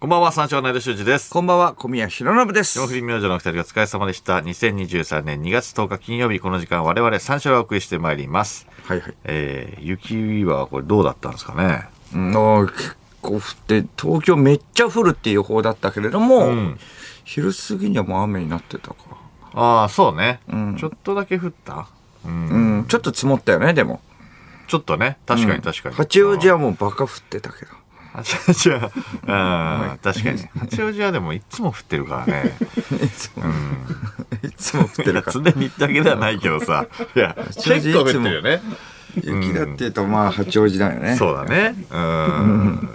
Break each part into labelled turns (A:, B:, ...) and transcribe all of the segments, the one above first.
A: こんばんは、三章内田修司です。
B: こんばんは、小宮弘信です。
A: 霜降り明星のお二人がお疲れ様でした。2023年2月10日金曜日、この時間我々三章がお送りしてまいります。
B: はいはい。
A: えー、雪はこれどうだったんですかね
B: うん、あー結構降って、東京めっちゃ降るっていう予報だったけれども、昼過ぎにはもう雨になってたか。
A: ああ、そうね、
B: ん
A: ちょっとだけ降ったうん。
B: うん、ちょっと積もったよね、でも。
A: ちょっとね。確かに確かに。
B: 八王子はもうバカ降ってたけど。
A: 八王子は、あー確かに。八王子はでもいつも降ってるから ね。
B: いつも、 いつも降って
A: いや
B: るから。
A: 常にだけではないけどさ。いや、
B: 八王子
A: 結構降ってるよね。
B: 雪だっていうと、まあ八王子だよね。
A: そうだね。うん。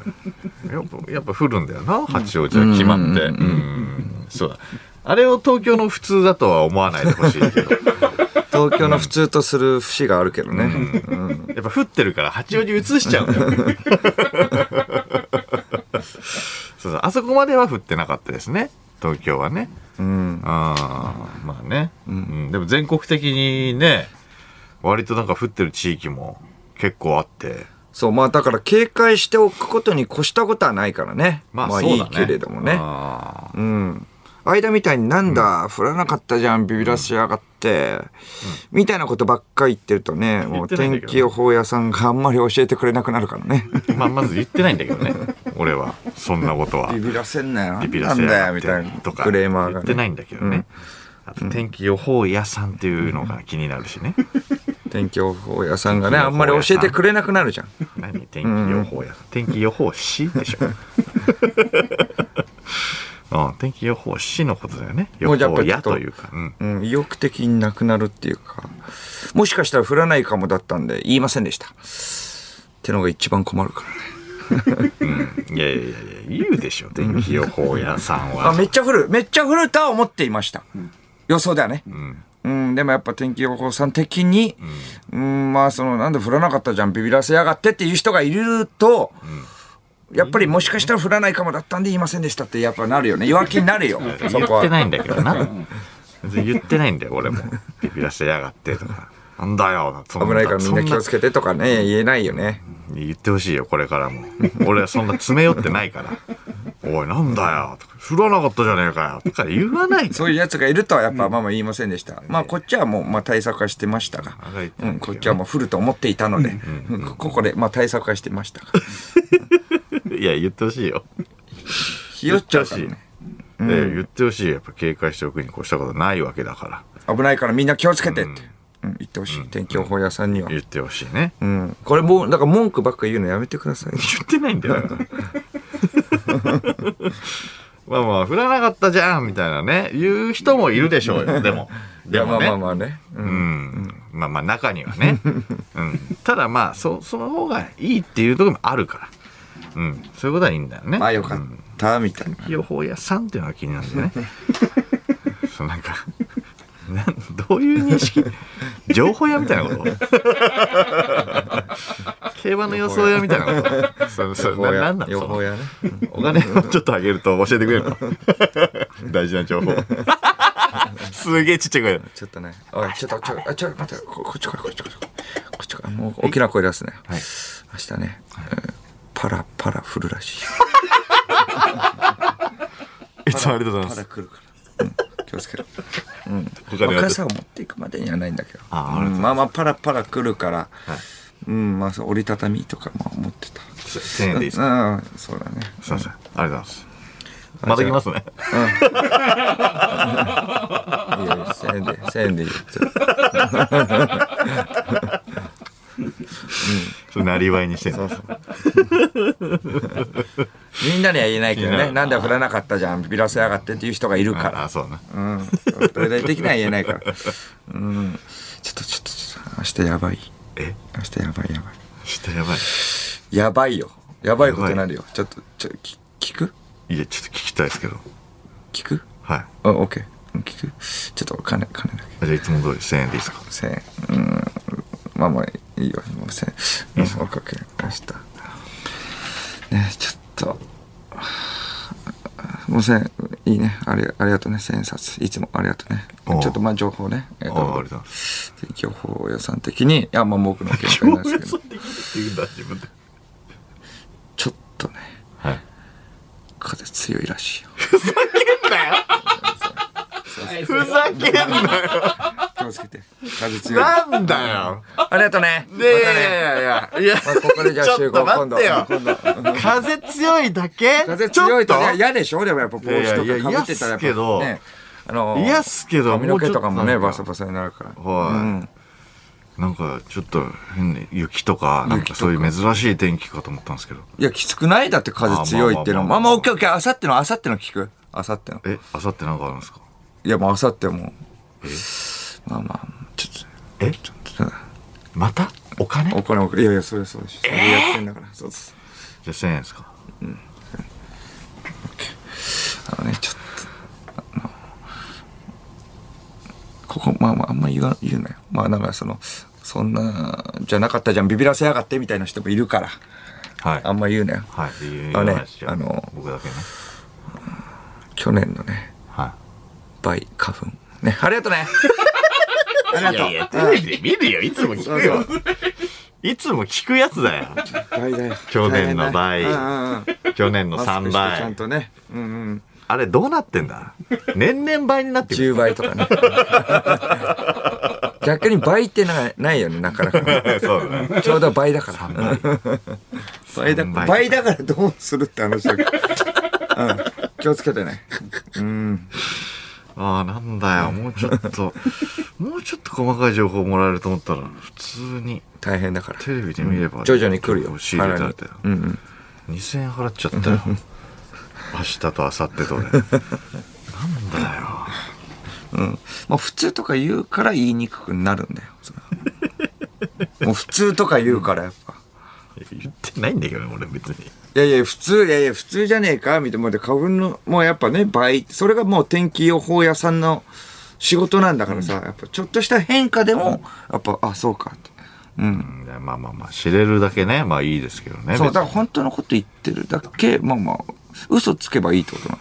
A: やっぱ、やっぱ降るんだよな、八王子は決まって。
B: う
A: うんん。そうだ。あれを東京の普通だとは思わないでほしいけど。
B: 東京の普通とする節があるけどね。うん
A: やっぱ降ってるから八王子移しちゃうんだよ。 そうそう。あそこまでは降ってなかったですね。東京はね。
B: うん。
A: ああ、まあね、うん。でも全国的にね、割となんか降ってる地域も結構あって。
B: そう、まあだから警戒しておくことに越したことはないからね。
A: まあ、そう
B: い
A: だね。
B: いけれどもね。
A: あー
B: うん。間みたいになんだ、降らなかったじゃん、ビビらしやがって、みたいなことばっかり言ってるとね、も
A: 言っ
B: う
A: てないんだ
B: 天
A: けど
B: 気予報屋さんがあんまり教えてくれなくなるからね。
A: まあ、まず言ってないんだけどね。俺は。そんなことは
B: ビ。ビらせんなよ。な
A: ビビら
B: ん
A: せ
B: だ
A: やが
B: よ、
A: っ
B: み
A: て
B: たいな。
A: とか。
B: クレーマーが、
A: 言ってない
B: ね。
A: んだけどね。あと、天気予報屋さんっていうのが気になるしね。
B: 天気予報屋さんがね、
A: 天気予報屋さん
B: あんまり教えてくれなくなるじゃん。
A: 何天気予報屋さん。天気予報士でし ょ。うん、天気予報士のことだよね。予
B: もうやっぱ
A: 報
B: りちょ
A: 屋
B: っと
A: というか。うん。
B: うん、意欲的になくなるっていうか、もしかしたら降らないかもだったんで、言いませんでした。ってのが一番困るからね。
A: いやいやいやいや、言うでしょ、天気予報屋さん
B: あ、
A: は。
B: めっちゃ降る。めっちゃ降るとは思っていました。予想だね。
A: うん、
B: うん、でもやっぱ天気予報さん的に、うん、まあその、なんで降らなかったじゃん、ビビらせやがってっていう人がいると、やっぱりもしかしたら降らないかもだったんで言いませんでしたってやっぱなるよね。弱気になるよ。そ
A: 言
B: こ
A: って
B: は。
A: ないんだけどな。別に言ってないんだよ、俺も。ビビらせやがってとか。なんだよ、そん
B: 危ないからみんな気をつ
A: そ
B: けてとかね、言えないよね。
A: んな言ってほしいよ、これからも。俺はそんな詰め寄ってないから。おい、なんだよ、とか。振らなかったじゃねえかよ、とか言わない
B: そういうやつがいるとはやっぱまあまあ言いませんでした。まあこっちはもう、まあ対策はしてましたが
A: 長い、
B: うん、こっちはもう降ると思っていたので、うんここでまあ対策はしてましたが。
A: いや、言ってほしいよ。
B: ひよっちゃうから
A: 言っ
B: ね
A: て。ほしいええ言ってほしいよ。やっぱ警戒しておくに越したことないわけだから。
B: 危ないからみんな気をつけてって、うん、言ってほしい。天気予報屋さんには。
A: 言ってほしいね。
B: うん、これもうだから文句ばっか言うのやめてください
A: 言ってないんだ よ。まあまあ、振らなかったじゃんみたいなね、言う人もいるでしょうよ、でも。でもね。
B: まあまあまあね、う
A: うんん。まあまあ、中には ね。うん。ただまあ、そ、その方がいいっていうところもあるから。うん。そういうことはいいんだよね。
B: まあよか
A: う
B: っ
A: ん
B: たみたいな、
A: 予報屋さんっていうのが気になるんだよ ね。そうなんか、 なんどういう認識情報屋みたいな こと競馬の予想屋みたいなことそそ
B: 予報
A: な
B: 屋
A: なんなの
B: 予報屋ね
A: お金をちょっとあげると教えてくれるの 大事な情報すげえちっちゃい声だ
B: ちょっとねおいちょっとちょあちょ待ってここっち来いこっち来いこっち来いもう大きな声出すね、
A: はい
B: 明日ね、うんパラパラ降るらしい
A: いつもありがとうございま
B: パラ
A: す
B: 来るから、うん、気をつけろ、うん、
A: お金は
B: 傘を持っていくまでにはないんだけど
A: ああ
B: う
A: りがとうございま
B: ん、まあまあパラパラ来るから、
A: はい
B: うんまあそう折りたたみとかまあ持ってた
A: 1000円でいいですか
B: うんそうだね
A: すいませんありがとうございますまた来ますね
B: いやいや、1000円で、1000円でいいよ。
A: それなりわいにしてんの
B: みんなには言えないけど
A: い
B: ね、
A: や
B: なんで振らなかったじゃん、ビビらせやがってっていう人がいる
A: あ
B: か
A: あ
B: ら。
A: そうな
B: うん。大々的には言えないから。うん。ちょっと、ちょっと、ちょっと、明日やばい。
A: え
B: 明日やばい、やばい。
A: ちょっとやばい
B: やばいよ。やばいことになるよ。ちょっと、ちょ、き聞く
A: いや、ちょっと聞きたいですけど。
B: 聞く
A: はい。
B: あ、オッケー。うん聞くちょっと、金、金だけ。
A: じゃあ、いつも通り1000円でいいですか
B: 1000円。うん。まあまあ、いいよ。もう1000円。うん、オッケー。明日。ねちょっと。もう1000円、いいね。ありありがとうね。1000円札。いつもありがとうね
A: おう。
B: ちょっとまあ情報ね。えっ、
A: あありがとうござい
B: と
A: ま、
B: 天気予報屋さん的に、いや、まあ僕の見解なんですけ ど、
A: できるって言うんだ、自分で。
B: ちょっとね、
A: はい。
B: 風強いらしいよ。
A: ふざけんなよ
B: 気をつけて。風強い。あ
A: なんだよ
B: りがとうね。
A: いやいやいやいやいや
B: またね。まあここでじゃあ集合、
A: ちょっと
B: 今
A: 待
B: 度。
A: ってよ
B: 今度
A: 風強いだけ
B: 風強いと
A: ちょ
B: ね
A: っ
B: 嫌でしょでもやっぱ帽子と
A: いやいや
B: かかぶってたらやっぱ
A: 嫌っすけど
B: ねあの
A: 嫌っすけど
B: 髪の毛とかもね
A: もう
B: バ
A: ち
B: サ
A: ょっとなんか
B: バサになるから
A: はい
B: うん
A: なんかちょっと変に雪とかなんかそういう珍しい天気かと思ったんですけど
B: いやきつくないだって風強いっての
A: あ
B: も
A: まあまあ
B: まあま
A: まあ
B: あオッケーオッケーあさってのあさっての聞くあさっての
A: えあさってなんかあるんですか
B: いやもうあさってもまあまあちょ
A: え
B: っと
A: またお金じ
B: お金お金いやいやそれそうでしょそれやってんだからそうです
A: ゃあ1000円ですか
B: あのねちょっとあのここまあまああんま言わ言うなよまあなんかそのそんなじゃなかったじゃんビビらせやがってみたいな人もいるから
A: はい
B: あんま言うなよ
A: はい言
B: あ
A: わ
B: のね
A: ないですじゃ
B: あの
A: 僕だけね
B: 去年のね
A: は
B: 倍花粉ねありがと うねありが
A: い
B: とう
A: テレビで見るよいつも聞いつも聞くやつだよ
B: 倍だよ
A: 去年の倍
B: うんうんうん
A: 去年の
B: マスク
A: 3
B: してちゃん
A: 倍
B: とねうんうん
A: あれどうなってんだ年々倍になってる
B: 10倍とかね逆に倍ってなないよねなかなか
A: そうだね
B: ちょうど倍だから倍だ
A: 三倍
B: 倍だからどうするって話だけ ど、うん、気をつけてねうん
A: ああなんだよもうちょっともうちょっと細かい情報もらえると思ったら普通に
B: 大変だから
A: テレビで見れば
B: 徐々に来るよ
A: 仕入れられたよ
B: 腹にうんうん
A: 2000円払っちゃった よ明日と明後日と俺なんだよ
B: まあ、普通とか言うから言いにくくなるんだよそれはもう普通とか言うからやっぱ
A: いや言ってないんだけどね俺別に
B: いやいや普通いやいや普通じゃねえかみたいなで花粉のもうやっぱね倍それがもう天気予報屋さんの仕事なんだからさ、やっぱちょっとした変化でもやっぱあそうかってうん
A: いやまあまあまあ知れるだけねまあいいですけどね
B: そうだ
A: 別
B: から本当のこと言ってるだけまあまあ嘘つけばいいってことな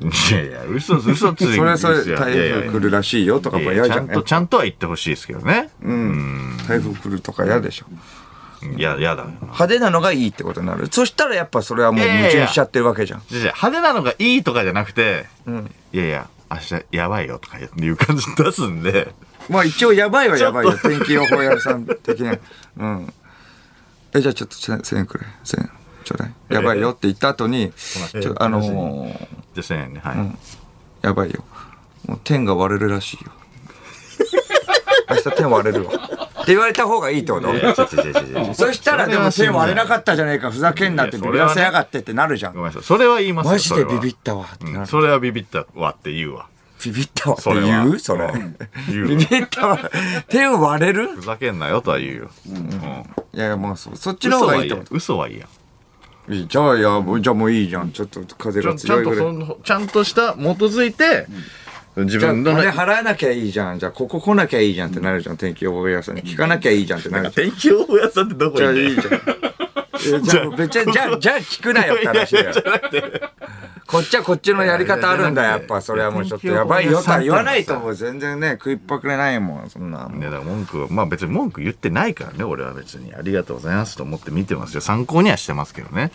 B: の
A: にいやいや嘘嘘ついて
B: それはそれ台風来るらしいよとかやっぱ嫌
A: ち
B: じ
A: ゃ
B: ゃ
A: ん
B: ん
A: とちゃんとは言ってほしいですけどね
B: うん台風来るとか嫌でしょ
A: いややだよな
B: 派手なのがいいってことになるそしたらやっぱそれはもう矛盾しちゃってるわけじゃん
A: じゃあ派手なのがいいとかじゃなくて、いやいや明日やばいよとかいう感じ出すんで
B: まあ一応やばいはやばいよ。天気予報屋さん的な。 うん。え、じゃあちょっと1000 1000円くれ。1000円。ちょうだい。やばいよって言った後に、
A: ええ
B: ちょあのー
A: じゃあ1000円ねはい、
B: やばいよ。もう天が割れるら しいよ。明日天割れるわ。って言われた方がいいってこと
A: いや違う違う違う違う
B: そしたらでも天割れなかったじゃねえか。ふざけんなって
A: いや
B: ビ
A: そ
B: ビ
A: れはね
B: らせやがってってなるじゃ
A: ごめ
B: ん。
A: んなさいそれは言いますよ
B: マジでビビ
A: っ
B: ったわってなる。
A: それはビビったわって言うわ
B: ビビったわって
A: それは
B: 言うそれ
A: うん。言う
B: ビビった わ。天割れる
A: ふざけんなよとは言うよ、うん
B: いやいや、もうそそっちの
A: 嘘
B: 方
A: は
B: が
A: い
B: いい
A: い
B: ってこ
A: や
B: と。
A: 嘘はいいや
B: いいじゃあいやもうじゃあもういいじゃんちょっと風
A: ちゃ
B: が
A: んちゃ
B: 強
A: ん
B: い
A: と
B: ぐら
A: そ
B: い
A: のちゃんとした基づいて、自
B: じゃあ
A: 分の
B: 金
A: ね
B: 払わなきゃいいじゃんじゃあここ来なきゃいいじゃんってなるじゃん天気予報屋さんに聞かなきゃいいじゃんって なるじ
A: 天気予報屋さんってどこ
B: ゃん
A: に
B: じゃあいいじゃんえじゃあ別にじゃあじゃあ聞くなよって話だよこっちはこっちのやり方あるんだ
A: いやいや
B: やっぱそれはもうちょっとやばいよとは言わないともう全然ね食いっぱくれないもんそんなもん
A: ね、だから文句はまあ別に文句言ってないからね俺は別にありがとうございますと思って見てますよ参考にはしてますけどね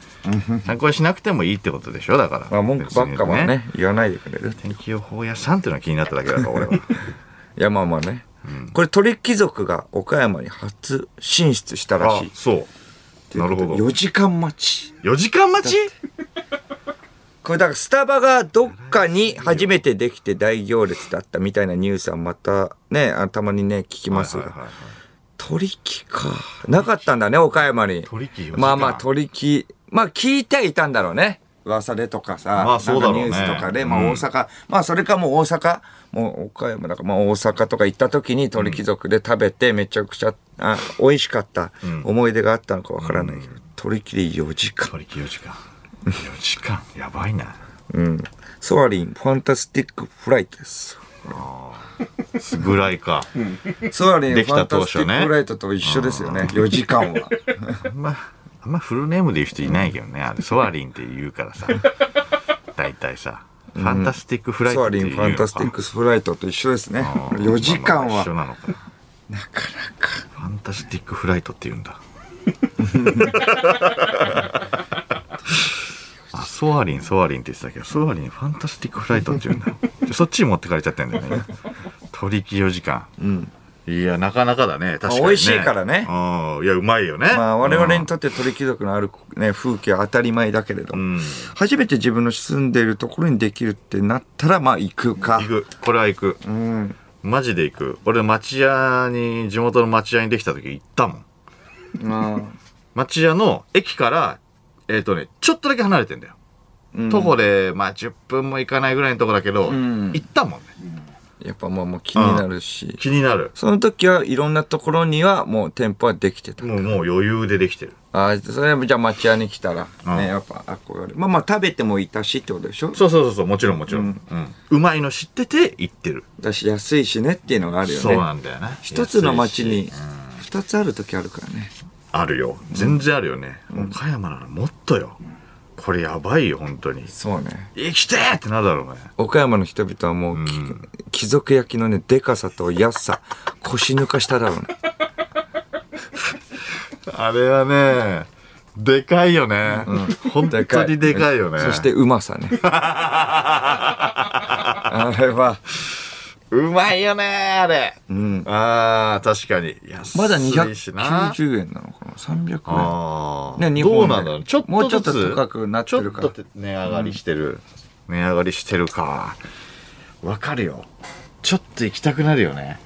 A: 参考にしなくてもいいってことでしょだから、
B: まあ文句ばっかは
A: 別に
B: ね言わないでくれる
A: 天気予報屋さんっていうのは気になっただけだから 俺は
B: いやまあまあねこれ鳥貴族が岡山に初進出したら
A: あ
B: しい
A: そうなるほど
B: 4時間待ち
A: 4時間待ち
B: これだからスタバがどっかに初めてできて大行列だったみたいなニュースはまたね、あたまにね、聞きます
A: はいはいはい
B: が。
A: はい
B: 取引か。なかったんだね、岡山に。
A: 取引四時間
B: まあまあ取引。まあ聞いてはいたんだろうね。噂でとかさ、
A: まあそうだろうね
B: なんかニュースとかで、まあ
A: うん
B: 大阪、まあそれかもう大阪、もう岡山だから、まあ大阪とか行った時に鳥貴族で食べてめちゃくちゃ、あ美味しかった思い出があったのかわからないけど、取り引き4時間。
A: 取引4時間4時間やばいな
B: うん。ソアリン、ファンタスティックフライ トです。
A: すぐらいか、
B: ソアリン、
A: でき
B: ファ
A: た
B: ンタ
A: 当
B: スティ
A: 初ね
B: ックフライトと一緒ですよね。4時間は。
A: あんまあんまフルネームで言う人いないけどねあれソアリンって言うから さ大体さファンタスティックフライ
B: ソ
A: ト
B: ア
A: って
B: リ
A: い
B: ン、
A: う
B: フ
A: のか
B: ァンタスティックフライトと一緒ですね。
A: あー
B: 4時間
A: まあまあ
B: は
A: 一緒。なのかな
B: なかなか。
A: ファンタスティックフライ トって言うんだあソアリンソアリンって言ってたけどソアリンファンタスティックフライトっていうんだ そっちに持ってかれちゃってんだよね取り寄時間
B: うん。
A: いやなかなかだね確かに、ね、
B: まあ美味しいからね
A: うんいやうまいよね
B: まあ我々に
A: と
B: とって鳥貴族のある、ね、風景は当たり前だけれど
A: う
B: も、
A: ん、うん
B: 初めて自分の住んでいるところにできるってなったら、まあ行くか
A: 行。くこれは行く
B: うん。
A: マジで行く俺町屋に地元の町屋にできた時行ったもん
B: まあ、
A: 町屋の駅からえっ、とねちょっとだけ離れてんだよ
B: うん
A: 徒歩でまあ10分も行かないぐらいのとこだけど、
B: うん
A: 行ったもんね
B: やっぱもうもう気になるし、
A: 気になる
B: その時はいろんなところにはもう店舗はできてた。
A: もうもう余裕でできてる
B: ああ、それはじゃあ町屋に来たら、
A: うん
B: ね、やっぱ憧れ。まあまあ食べてもいたしってことでしょ
A: そうそうそうそうもちろんもちろん、
B: う
A: うんんうまいの知ってて行ってる、
B: だし安いしねっていうのがあるよね。
A: そうなんだよね
B: 一つの町
A: 安いし
B: に二つある時あるからね。
A: あるよ全然あるよね、岡山ならもっとよこれやばいよ本当に
B: そうね。
A: 生きてーってなるだろうね
B: 岡山の人々はもう、き貴族焼きのね、でかさと安さ、腰抜かしただろう ね。
A: あれはねでかいよね、本当にでかいよね
B: そしてうま さね。あれは、
A: うまいよねあれ、
B: うん。
A: あー確かに安
B: まだ
A: いしな
B: 290円なのかな ?300
A: あ
B: ね
A: あ、
B: 日
A: ど
B: 本で
A: うなんだろうちょっとずつ
B: もうちょっと高くなってるから
A: ちょっと値上がりしてる、値上がりしてるかわかるよちょっと行きたくなるよね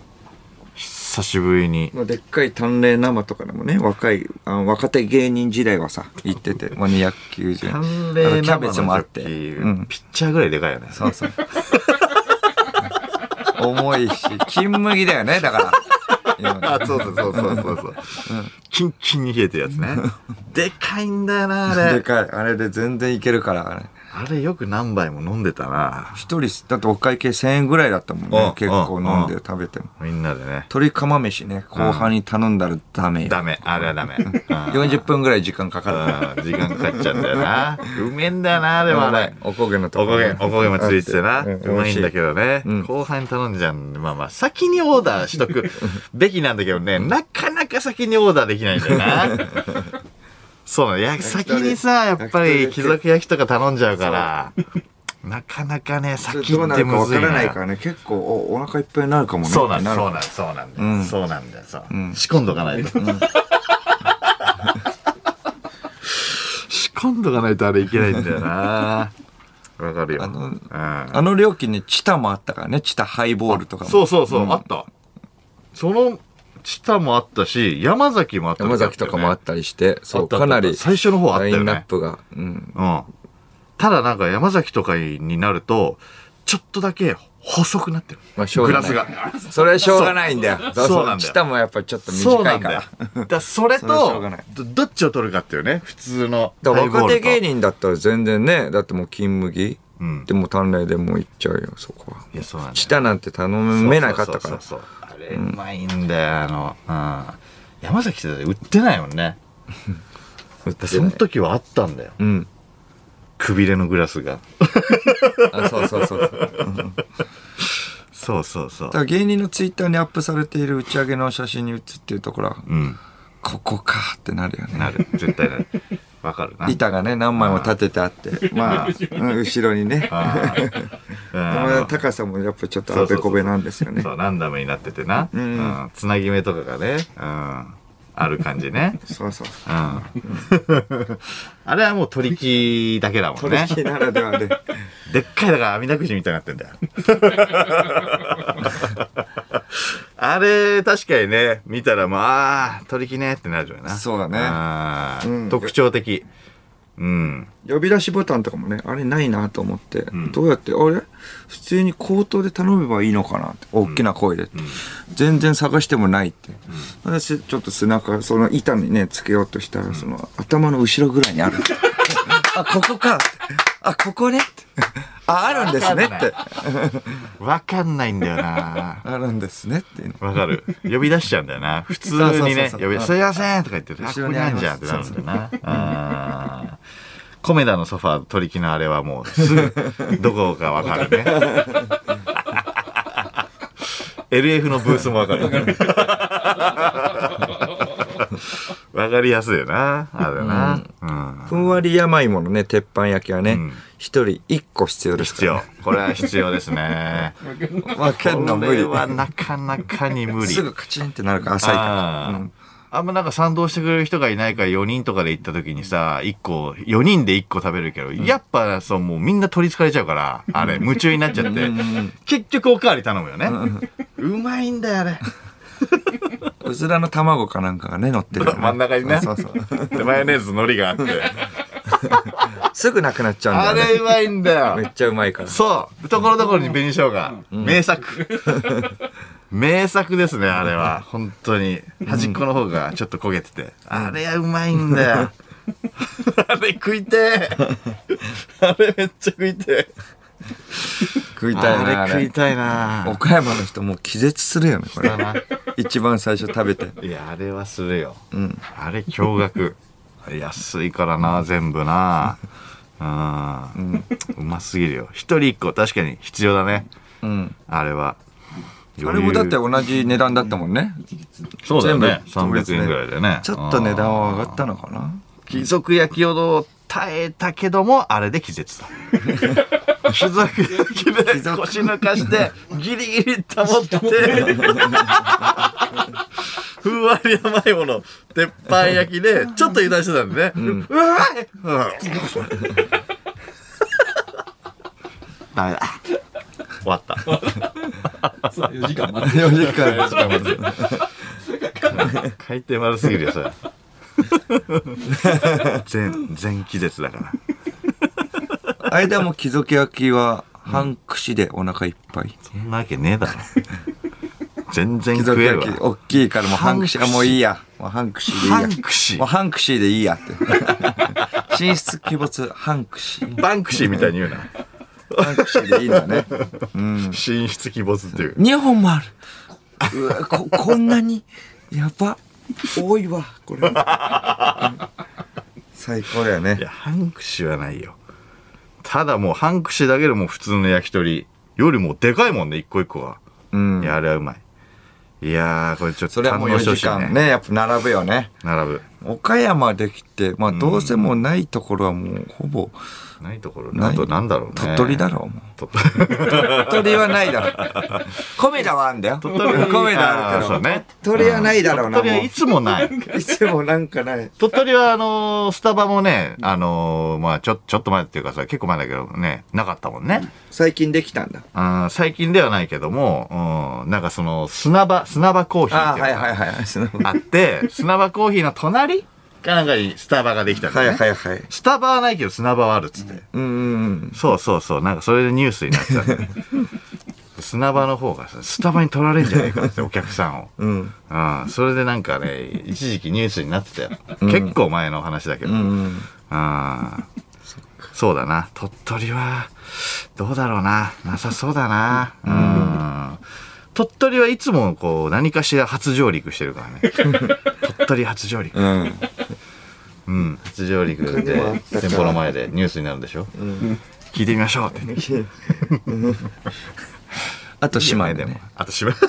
A: 久しぶりに
B: 円。まあ、でっかい淡麗生とかでもね、若い、あの若手芸人時代はさ、行ってて、まあ、290円。
A: 淡
B: あ
A: 麗
B: とキャ
A: 生
B: ベ
A: の
B: ツ
A: 時
B: もあって。
A: ピ
B: うん
A: ッ。チャーぐらいでかいよね、
B: そうそう。重いし、金麦だよね、だから。 今ね
A: あそうそうそうそうそうそう、キンキンに冷えてるやつね でかいんだよなあ
B: で
A: れ
B: かい。あれで全然いけるから、あれ。
A: あれよく何杯も飲んでたな
B: 一人、だってお会計1000円ぐらいだったもんね
A: う。ん
B: 結構飲んで
A: うん
B: 食べても。
A: みんなでね
B: 鶏釜飯ね、後半に頼んだらダメよ。
A: ダメあれはダ メ、うん
B: 40分ぐらい時間かかる。
A: うん時間かかっちゃうんだよな。うめえんだよな、でもあれ。
B: おこげのと
A: お
B: こ
A: こげ、おこげもついててな。
B: う
A: うんまいんだけどね
B: うん。
A: 後半に頼んじゃうんで、まあまあ、先にオーダーしと くべきなんだけどね、なかなか先にオーダーできないんだよ な。そうなのや、
B: き
A: 先
B: 鳥
A: にさ、やっぱ
B: 焼
A: り
B: き鳥
A: 貴族焼きとか頼んじゃうから、なかなかね、
B: それ
A: 先
B: どう
A: っ
B: な
A: て
B: るか
A: む
B: わ
A: ず
B: か
A: い
B: らないか
A: な。
B: らね、結構おお腹いっぱいになるかもね。
A: そうなんだ、
B: る
A: そうなんだ、そうなんだ
B: うん
A: よ。そうなんだよ、そう
B: うん。
A: 仕込んどかないと。 仕込んどかないとあれいけないんだよ な。わかるよ。
B: あの
A: うん
B: あの料金にチタもあったからね、チタハイボールとかも。
A: そうそうそう、あった。その、チタもあったし、山崎もあった時
B: 山
A: だ
B: 崎とかもあ
A: っ
B: ったりして、
A: たよね。
B: そう、
A: あった
B: かな
A: あっ
B: り
A: た最初の方あった
B: ライ
A: よ
B: ンナッ
A: ね。
B: プが。うん。
A: うん。ただなんか山崎とかになると、ちょっとだけ細くなってる。
B: まあしょう
A: グ
B: が
A: ラ
B: ない
A: スが。
B: それはしょうがないんだよ。
A: そうそうなんだよ
B: チタもやっぱちょっと
A: そう
B: 短
A: ないん
B: か
A: だよ
B: ら。。
A: だからそれ
B: それはしょう
A: と
B: がない
A: ど、どっちを取るかっていうね、普通の
B: だから
A: ハイボー
B: 若
A: ルと。
B: 手芸人だったら全然ね、だってもう金麦
A: うん
B: でも単麗でもういっちゃうよ、そこは。
A: いや、そうなんだよ
B: チタなんて頼めなかったから。
A: そうそうそうそうあれうまいんだよ、あの、うん、山崎って売ってないもんね
B: 売ってない
A: その時はあったんだよ
B: うん。
A: くびれのグラスが
B: あ、そうそう そうそう。
A: そうそうそう
B: だから芸人のツイッターにアップされている打ち上げの写真に写ってるところは、
A: うん
B: ここかってなるよね。
A: なる絶対なるわかるな
B: 板がね、何枚も立ててあって、まあ、うん後ろにね。
A: あ ーうんあ
B: まあ
A: の
B: 高さもやっぱちょっとあべこべなんですよね。
A: そうランダムになっててな、
B: うん
A: うんつなぎ目とかがね、うん、ある感じね
B: そうそう。
A: うん あれはもう取り木だけだもん
B: 取
A: ね
B: 引ならでは で。
A: でっかいだから網だくじみたいになってんだよ。 あれ、確かにね、見たらもう、あー、鳥木ねってなるよな。
B: そうだね
A: あー
B: うん
A: 特徴的。うん。
B: 呼び出しボタンとかもね、あれないなと思って、どうやって、あれ普通に口頭で頼めばいいのかなって、大きな声で、全然探してもないって。私、ちょっと背中、その板にね、つけようとしたら、その頭の後ろぐらいにある。 あ、ここかって。あ、ここねって。あ、あるんですねって。
A: わかんないんだよな。
B: あるんですねっていうの。
A: わかる。呼び出しちゃうんだよ な。普通
B: そう
A: に
B: そう
A: ね、
B: そ
A: 呼
B: う
A: び出し、すいませんとか言ってる。あ、ここ
B: 後ろに
A: に
B: あ
A: あ
B: り
A: ん
B: ます
A: じゃんってなるんだよな。あーコメダのソファー、鳥木のあれはもう、すぐ、どこかわかる ね。LF のブースもわかる。わかりやすいよな。あれな。うん。
B: ふんわり甘いものね、鉄板焼きはね
A: ん、
B: 一、人一個必要ですか
A: 必
B: ら、
A: 要
B: ね。。
A: これは必要ですね。
B: 分け
A: こ
B: んの無
A: れ
B: 理。
A: はなかなかに無理。
B: すぐカチンってなるから浅い
A: あ
B: から。
A: ー
B: うん
A: あんまなんか賛同してくれる人がいないから4人とかで行った時にさ、1個、4人で1個食べるけど、やっぱそう、もうみんな取り憑かれちゃう から、あれ、夢中になっちゃって、結局おかわり頼むよね。 うまいんだよ、あれ。
B: うずらの卵かなんかがね、乗ってる、
A: 真ん中にね
B: そうそうそう
A: で、マヨネーズ、海苔があって。
B: すぐなくなっちゃ
A: あ
B: うんだ
A: れ、
B: よね。
A: うまいんだ
B: め
A: よ。
B: っちゃうまいから。
A: そう、ところどころに紅生姜。名 作。名作ですね、あれは。本当に。端っこの方がちょっと焦げてて。あれはうまいんだ よ。あれ食いてえ。 あれめっちゃ食いてえ。
B: 食いたいな。
A: あ
B: あ
A: れ食
B: れ
A: いたいな。
B: 岡山の人もう気絶するよね、これ
A: だ。な。
B: 一番最初食べて。
A: いや、あれはするよ。
B: うん。
A: あれ驚愕。安いからな、全部 な。うん。うますぎるよ。一人一個、確かに必要だね。
B: うん。
A: あれは。
B: あれもだって同じ値段だったもんね。
A: そうだよね。
B: 全部
A: 300円ぐらいでね。
B: ちょっと値段
A: を。
B: は上がったのかな。
A: 貴族焼きをどう耐えたけども、あれで気絶だ。 貴族焼きで腰抜かして、ギリギリ保って、 ふんわり甘いもの、鉄板焼きで、ちょっと油断してたんでね。うわい ダメだ。終わった。
C: 4時間待
B: 4時間しか待つ
A: 海底丸すぎるよそ れ全全気絶だから
B: 間も貴族焼きは半串でお腹いっぱい。
A: そんなわけねえだろ全然食
B: 貴族
A: える
B: 焼き
A: わ
B: 大きいからもう半串
A: 半
B: あ
A: 串
B: もういいや。もう半串でいいや。
A: 半串
B: もう半串でいいやって。 寝室鬼没半串。
A: バンクシーみたいに言うな
B: 半串でいいんだね。
A: 神出鬼没っていう
B: 2本もある。うわここんなにやば多いわこれ。最高だよ
A: い
B: ね。
A: や半串はないよただもう半串だけでも普通の焼き鳥よりもでかいもんね一個一個が、
B: うん
A: い。やあれはうまいいやーこれちょっと
B: それはもう4時
A: 堪能してほし
B: 間
A: い
B: ね、やっぱ並ぶよね。
A: 並ぶ
B: 岡山できて、まあどうせもうないところはもうほぼ
A: ないところね
B: ない
A: あとなんだろうね
B: 鳥取だろう、もう。
A: 鳥
B: 鳥取はないだろう。 米田はあんだよ。米
A: は
B: 田ある
A: あー
B: け
A: そう
B: ど。
A: ね
B: 鳥取はないだろうな、
A: 鳥
B: も。
A: 取はいつもないう
B: いつもなんかない。
A: 鳥取は、あのースタバもね、あのーまあちょ、ちょっと前っていうかさ、結構前だけどね、なかったもんね。
B: 最近できたんだ。
A: あー最近ではないけども、うん、なんかその、砂場、砂場コーヒー
B: あ
A: っ
B: あ、
A: て
B: はいいう
A: のが
B: はい はい。その
A: あって、砂場コーヒーの隣かなんかにスタバができたんだ
B: は
A: よ
B: い
A: ね。
B: はいはい。
A: スタバはないけど砂場はあるっつって。
B: うんうん
A: そうそうそう、なんかそれでニュースになってたんだよね 砂場の方がさ、スタバに取られんじゃねえかって、お客さんを。
B: うん。うん。
A: うん、それでなんかね、 一時期ニュースになってたよ。結構前の話だけど。
B: うん。
A: ああ、そうだな。鳥取は、どうだろうな。なさそうだな。うん。鳥取はいつもこう、何かしら初上陸してる からね。鳥取初上陸。
B: うん。
A: うん、初上陸
B: 他にもあっ
A: で、
B: たか
A: 店舗の前でニュースになるでしょ。聞いてみましょうって。
B: あと島根
A: でも
B: ね。。
A: あと島、
B: 島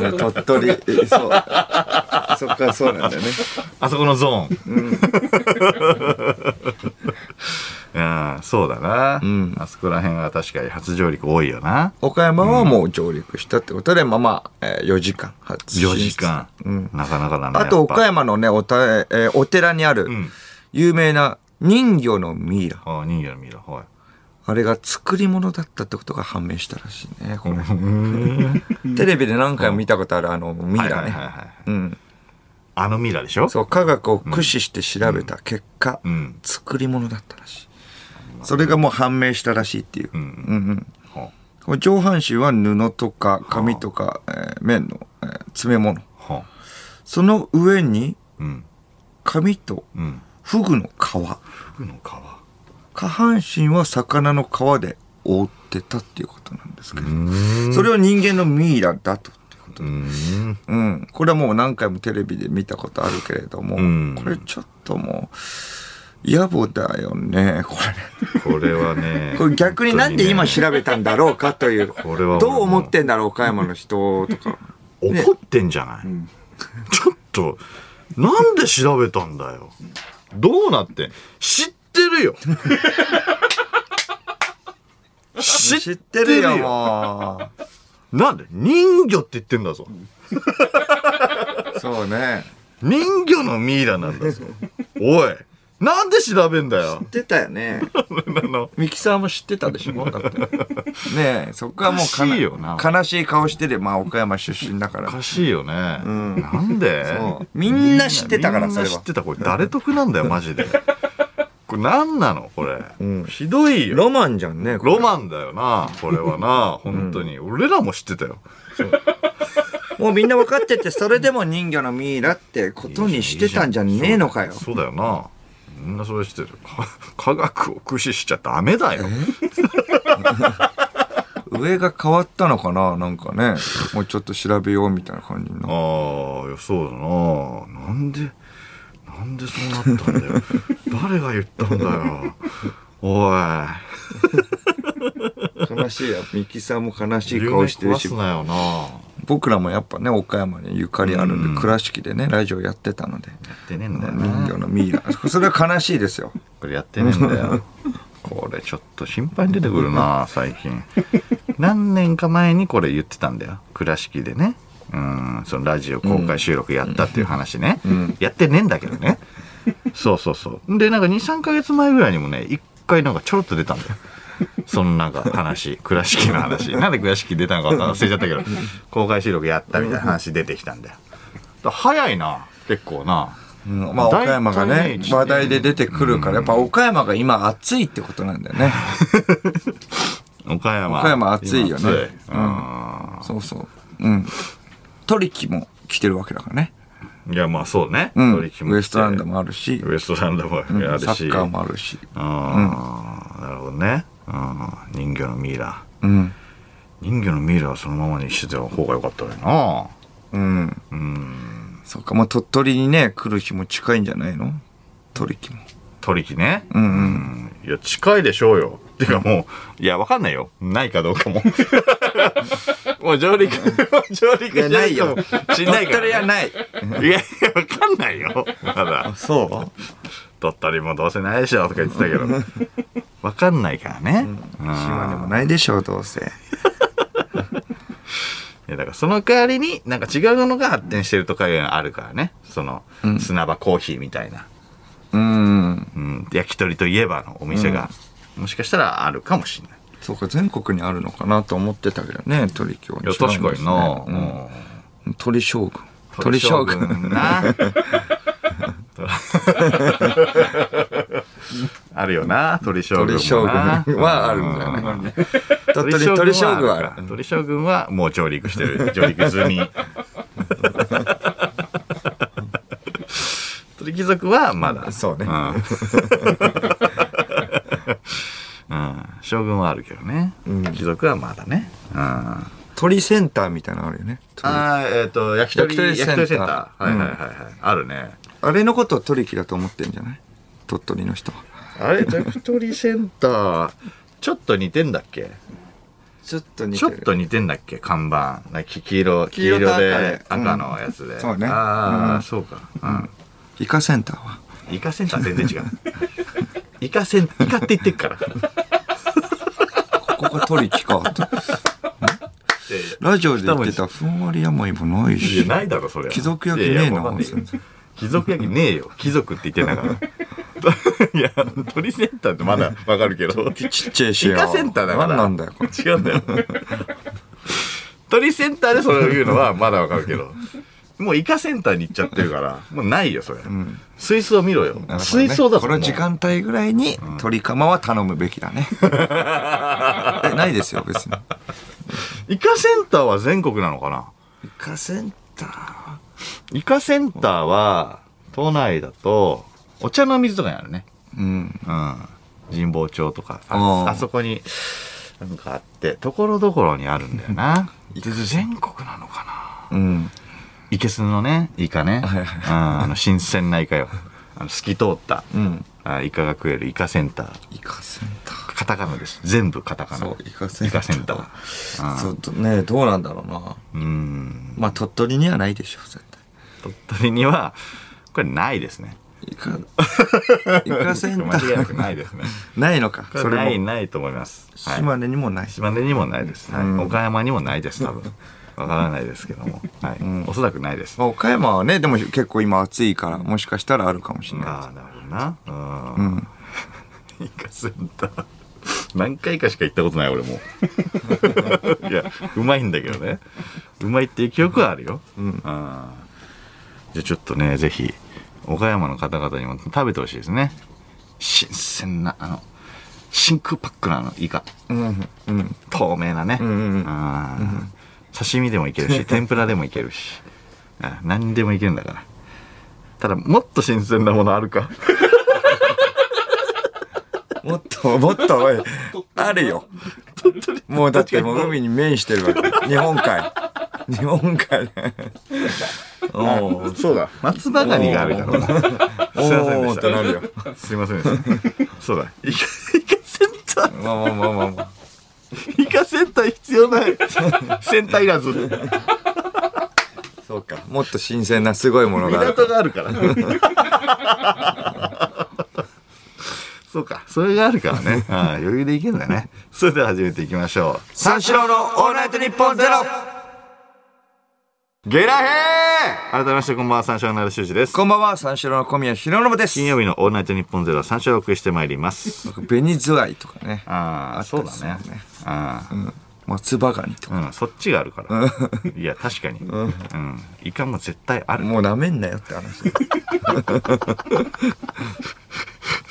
B: 根、鳥取、えそう。そっか、そうなんだよね。
A: あそこのゾーン。 ああ、そうだな。
B: ん
A: あそこら辺は確かに初上陸多いよな。
B: 岡山はもう上陸したってことで、まあまあ、えー4時間発進
A: 4時間。
B: うん。
A: なかなかだね。
B: あと
A: やっぱ
B: 岡山のね、おたえーお寺にある
A: ん
B: 有名な人魚のミイラ。
A: ああ、人魚のミイラ、はい。
B: あれが作り物だったってことが判明したらしいね、これ。テレビで何回も見たことあるあのミイ
A: はい
B: ラ
A: はいはい
B: ね。
A: はい。
B: うん。
A: あのミイラでしょ
B: そう、科学を駆使して調べた結果
A: う、ん。
B: 作り物だったらしい。それがもう判明したらしいっていう。
A: う
B: うん
A: ん。
B: うん。
A: は
B: これ上半身は布とか紙とか、えー綿の、えー詰め物。
A: あはあ
B: その上に
A: うん。
B: 紙と
A: うん。
B: フグの皮。
A: 服の皮。
B: 下半身は魚の皮で覆ってたっていうことなんですけど、
A: ん
B: それを人間のミイラだとっていうこと、
A: うん。
B: うん、これはもう何回もテレビで見たことあるけれども、
A: うん
B: これちょっともう野暮だよねこ
A: これはね
B: れ。これ逆になんで今
A: 本
B: 調べたんだろうかという
A: これは俺も
B: どう思 ってんだろう岡山の人とか
A: 当にね怒ってんじゃないちょっと、なんで調べたんだよ。どうなって知ってる よ。知
B: 知
A: っ
B: ってて
A: る
B: る
A: よ
B: よ、も
A: なんで人魚って言ってんだぞ。
B: う。そうね。
A: 人魚のミイラなんだぞ。おい、なんで調べんだよ
B: 知っ。てたよね。
A: あの
B: ミキサーも知ってたでしょだって。ねえ、そこはもうか
A: おかしいよな
B: 悲しい顔してる。まあ、岡山出身だか
A: お
B: ら。
A: かしいよね。
B: ん
A: なんで
B: そうみんな知ってたから、
A: みん
B: そ
A: な
B: れ
A: 知っ
B: は。
A: てた。これ誰得なんだよ、マジで。これ何なのこれ、
B: ん
A: ひどいよ。
B: ロマンじゃんね。これ
A: ロマンだよな、これはな、本当に。俺らも知ってたよ。
B: もうみんな分かってて、それでも人魚のミイラってことにしてたんじゃねえのかよ。
A: そうだよな。みんなそれしてる。か科学を駆使しちゃダメだよ。
B: 上が変わったのかななんかね。もうちょっと調べようみたいな感じにな。
A: ああ、いやそうだな。なんで、なんでそうなったんだ よ。誰が言ったんだよ。おい、
B: 悲しいや。ミキサーも悲しい
A: 夢
B: 顔してる
A: 壊
B: し
A: す。なよな。
B: 僕らもやっぱね、岡山にゆかりある
A: うん
B: んで、倉敷でね、ラジオやってたので。
A: やってねえんだよ
B: 人
A: な
B: 魚。のミイラ。それは悲しいですよ。
A: これやってねえんだよ。これちょっと心配に出てくるな、最近。何年か前にこれ言ってたんだよ。倉敷でね。うん、そのラジオ公開収録やったっていう話ね。
B: ん
A: やってねえんだけどね。そうそうそう。で、なんか2、3ヶ月前ぐらいにもね、一回なんかちょろっと出たんだよ。そのなんか話、倉敷の話。なんで倉敷出たのか忘れちゃったけど、公開収録やったみたいな話出てきたんだよ。だから早いな、結構な。
B: うんまあ、岡山が
A: 大体
B: ね
A: ね、
B: 話題で出てくるから、やっぱ岡山が今熱いってことなんだよね。
A: 岡山。
B: 岡山暑いよね
A: 今暑い
B: そうそう。うん。トリキも来てるわけだからね。
A: うん。いや、まあそうね。
B: うん。
A: 取り決めて
B: ウエストランド。もあるし、
A: ウエストランドもあ
B: うん
A: るし。
B: サッカーもあるし。
A: あーなるほどね。うん。人魚のミイラ。
B: うん。
A: 人魚のミイラはそのままにしてた方が良かったのにな。
B: うん。
A: うん。
B: そうか、まあ鳥取にね、来る日も近いんじゃないのトリキも。
A: 取り木ね。
B: うんうん
A: うん。いや、近いでしょうよ。てかもう、いや、わかんないよ。ないかどうか も。もう上陸、上陸
B: いや、ないよ。
A: しない
B: 鳥
A: から、
B: 取はない。
A: いや、いやわかんないよ。まだ。
B: そ
A: 鳥取もどうせないでしょとか言ってたけどわかんないからね、うん
B: う島根もないでしょう、どうせ。
A: いやだからその代わりになんか違うのが発展してるとかいうのあるからねその砂場コーヒーみたいな、
B: うん。
A: うん、焼き鳥といえばのお店が、もしかしたらあるかもしれない
B: そうか、全国にあるのかなと思ってたけどね、鳥キはい
A: や確かにな、
B: 違うんですねうん鳥将軍。
A: うん
B: 鳥将軍。
A: なあるよな鳥将軍もな
B: 鳥将軍はあるんだよね
A: う
B: 鳥取鳥将軍はある。
A: 鳥将軍はもう上陸して る。上陸済み。鳥貴族はまだ。
B: そうね
A: ん。うん将軍はあるけどね。貴族はまだね。うん。あ
B: 鳥センターみたいなのあるよね。あ
A: あ、えっと、焼き鳥、
B: 焼き鳥セ
A: 焼き鳥セ
B: ンター
A: ンター。はいはいはいはい。あるね。
B: れのことを鳥キだと思ってんじゃない鳥取の人は。
A: あれ、焼き鳥センター、ちょっと似てんだっけ
B: ちょっと似
A: ちょっと似てんだっけ看板。なんか黄色、黄
B: 黄色と
A: 色
B: 赤で
A: で
B: うん
A: 赤のやつで。
B: そうね
A: ああ、
B: うん
A: そうか。う
B: イカセンターは。
A: ん。イカセンター全然違う。 イカセン、イカって言ってっから。
B: ここが鳥キか と。ラジオで言ってたふんわり病もない
A: いや、
B: し。
A: ないだろ、それ。
B: 貴族焼きねえない
A: やいやわかんないよ貴族焼きねえよ。貴族って言ってんだ から。いや、鳥センターってまだわかるけど。
B: ちっちゃいしよ。
A: イカセンターだから。
B: 何なんだよ、これ。
A: 違うんだよ。鳥センターでそれを言うのはまだわかるけど。もうイカセンターに行っちゃってるから、もうないよ、それ。水槽見ろよ。水槽だぞ。
B: この
A: もう
B: 時間帯ぐらいに鳥釜は頼むべきだね。 えないですよ、別に。
A: イカセンターは全国なのかな
B: イカセンター
A: イカセンターは、都内だと、お茶の水とかにあるね。
B: うん。
A: うん。神保町とか。あ
B: あー
A: あそこに、なんかあって、ところどころにあるんだよ な。全国なのかな
B: うん。
A: イケスのね、イカね。
B: はい
A: うんあの、新鮮なイカよ。あの、透き通った。
B: うん。
A: あイカが食えるイカセンター。
B: イカセンター。
A: カタカナです。全部カタカナ。
B: そうイカセン
A: イ
B: ター
A: カセンター。あ
B: そうどねどうなんだろうな
A: うーん。
B: まあ鳥取にはないでしょう絶対
A: 鳥取には、これないですね。
B: イカ、イカセン
A: 間
B: タ
A: 違いなく
B: ー。
A: ないですね。
B: ないのか。そ
A: それない
B: れも。
A: ないと思います。はい
B: 島根にもない。
A: 島根にもないです、はい岡山にもないです多分わからないですけども、はいおそらくないです、
B: まあ岡山はね、でも結構今暑いから、もしかしたらあるかもしれない。
A: ああなるほどなうん、 イカセンター何回かしか行ったことない俺 もいやうまいんだけどねうまいっていう記憶はあるよ、うん、あーじゃあちょっとねぜひ岡山の方々にも食べてほしいですね新鮮なあの真空パックのあのイカ
B: うん、うん。
A: 透明なね、
B: んうんうん
A: あー刺身でもいけるし天ぷらでもいける しあ何でもいけるんだからただもっと新鮮なものあるか
B: もっと、もっと、おいあるよ。もうだっても う海に面してるわけ。日本海。日本海 ね。おー
A: そうだ松葉ガニがあるからな
B: お
A: すいませんでし
B: ーったてなるよ。
A: すいませんでしたそうだイカイカセンター
B: まあまあまあまあまあ。
A: イカセンター必要ないセンターいらず
B: そうか。もっと新鮮なすごいものがある。
A: 港があるから。 そうか、それがあるからね。ああ余裕でいけるんだね。それでは始めていきましょう。
B: 三四郎のオールナイトニッポンゼロ
A: ゲラヘー改めましてこんばんは、三四郎の成修二です。
B: こんばんは、三四郎の小宮弘信です。
A: 金曜日のオールナイトニッポンゼロは三四郎をお送りしてまいります。
B: 紅ズワイとかね。
A: ああ、そうだね。ああ、
B: 松葉ガニとか。
A: うん、そっちがあるから。いや、確かに。うん。イカも絶対ある。
B: もう舐めんなよって話。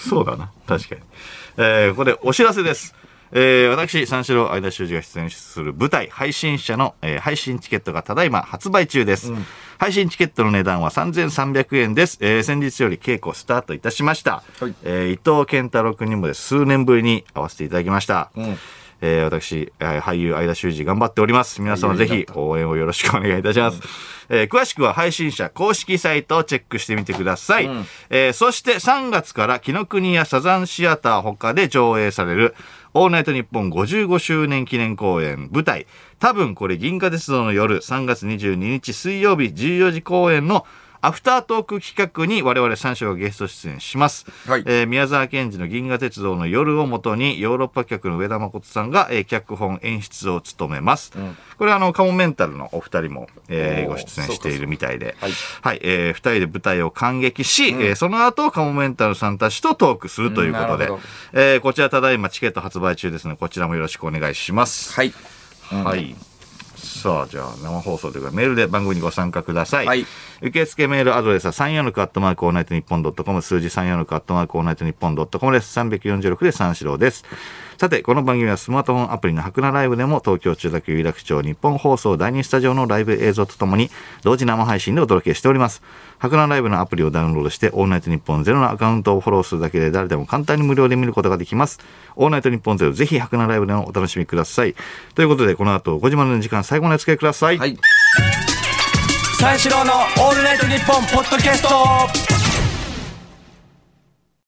A: そうだな、確かに。えーここでお知らせです。えー私、三四郎相田修二が出演する舞台、配信者の、えー配信チケットがただいま発売中です。配信チケットの値段は3300円です。えー先日より稽古スタートいたしました。
B: はい
A: えー伊藤健太郎君にもです数年ぶりに会わせていただきました。
B: ん
A: えー私、えー俳優相田修二頑張っております。皆様ぜひ応援をよろしくお願いいたします。えー詳しくは配信者公式サイトをチェックしてみてください。えーそして3月から紀ノ国屋サザンシアター他で上映されるオールナイトニッポン55周年記念公演舞台多分これ銀河鉄道の夜3月22日水曜日14時公演のアフタートーク企画に我々3社がゲスト出演します。
B: はい
A: えー宮沢賢治の銀河鉄道の夜をもとにヨーロッパ客の上田誠さんが、えー脚本演出を務めます。これはあのカモメンタルのお二人も、えー
B: おー
A: ご出演しているみたいで、はい、えー二人で舞台を感激し、えーその後カモメンタルさんたちとトークするということで、
B: うんなるほ
A: えーこちらただいまチケット発売中ですのでこちらもよろしくお願いします。
B: はい。
A: はい。さあ、じゃあ、生放送というか、メールで番組にご参加ください。
B: はい
A: 受付メールアドレスは346アットマークオールナイトニッポンドットコム、数字346アットマークオールナイトニッポンドットコムです。346で三四郎です。さて、この番組はスマートフォンアプリの白菜ライブでも、東京中田区有楽町日本放送第2スタジオのライブ映像とともに、同時生配信でお届けしております。白菜ライブのアプリをダウンロードして、オールナイトニッポンゼロのアカウントをフォローするだけで誰でも簡単に無料で見ることができます。オールナイトニッポンゼロ、ぜひ白菜ライブでもお楽しみください。ということで、この後5時までの時間、最後までお付き合いください。
B: はい。三四郎のオールナイトニッポンポッドキャスト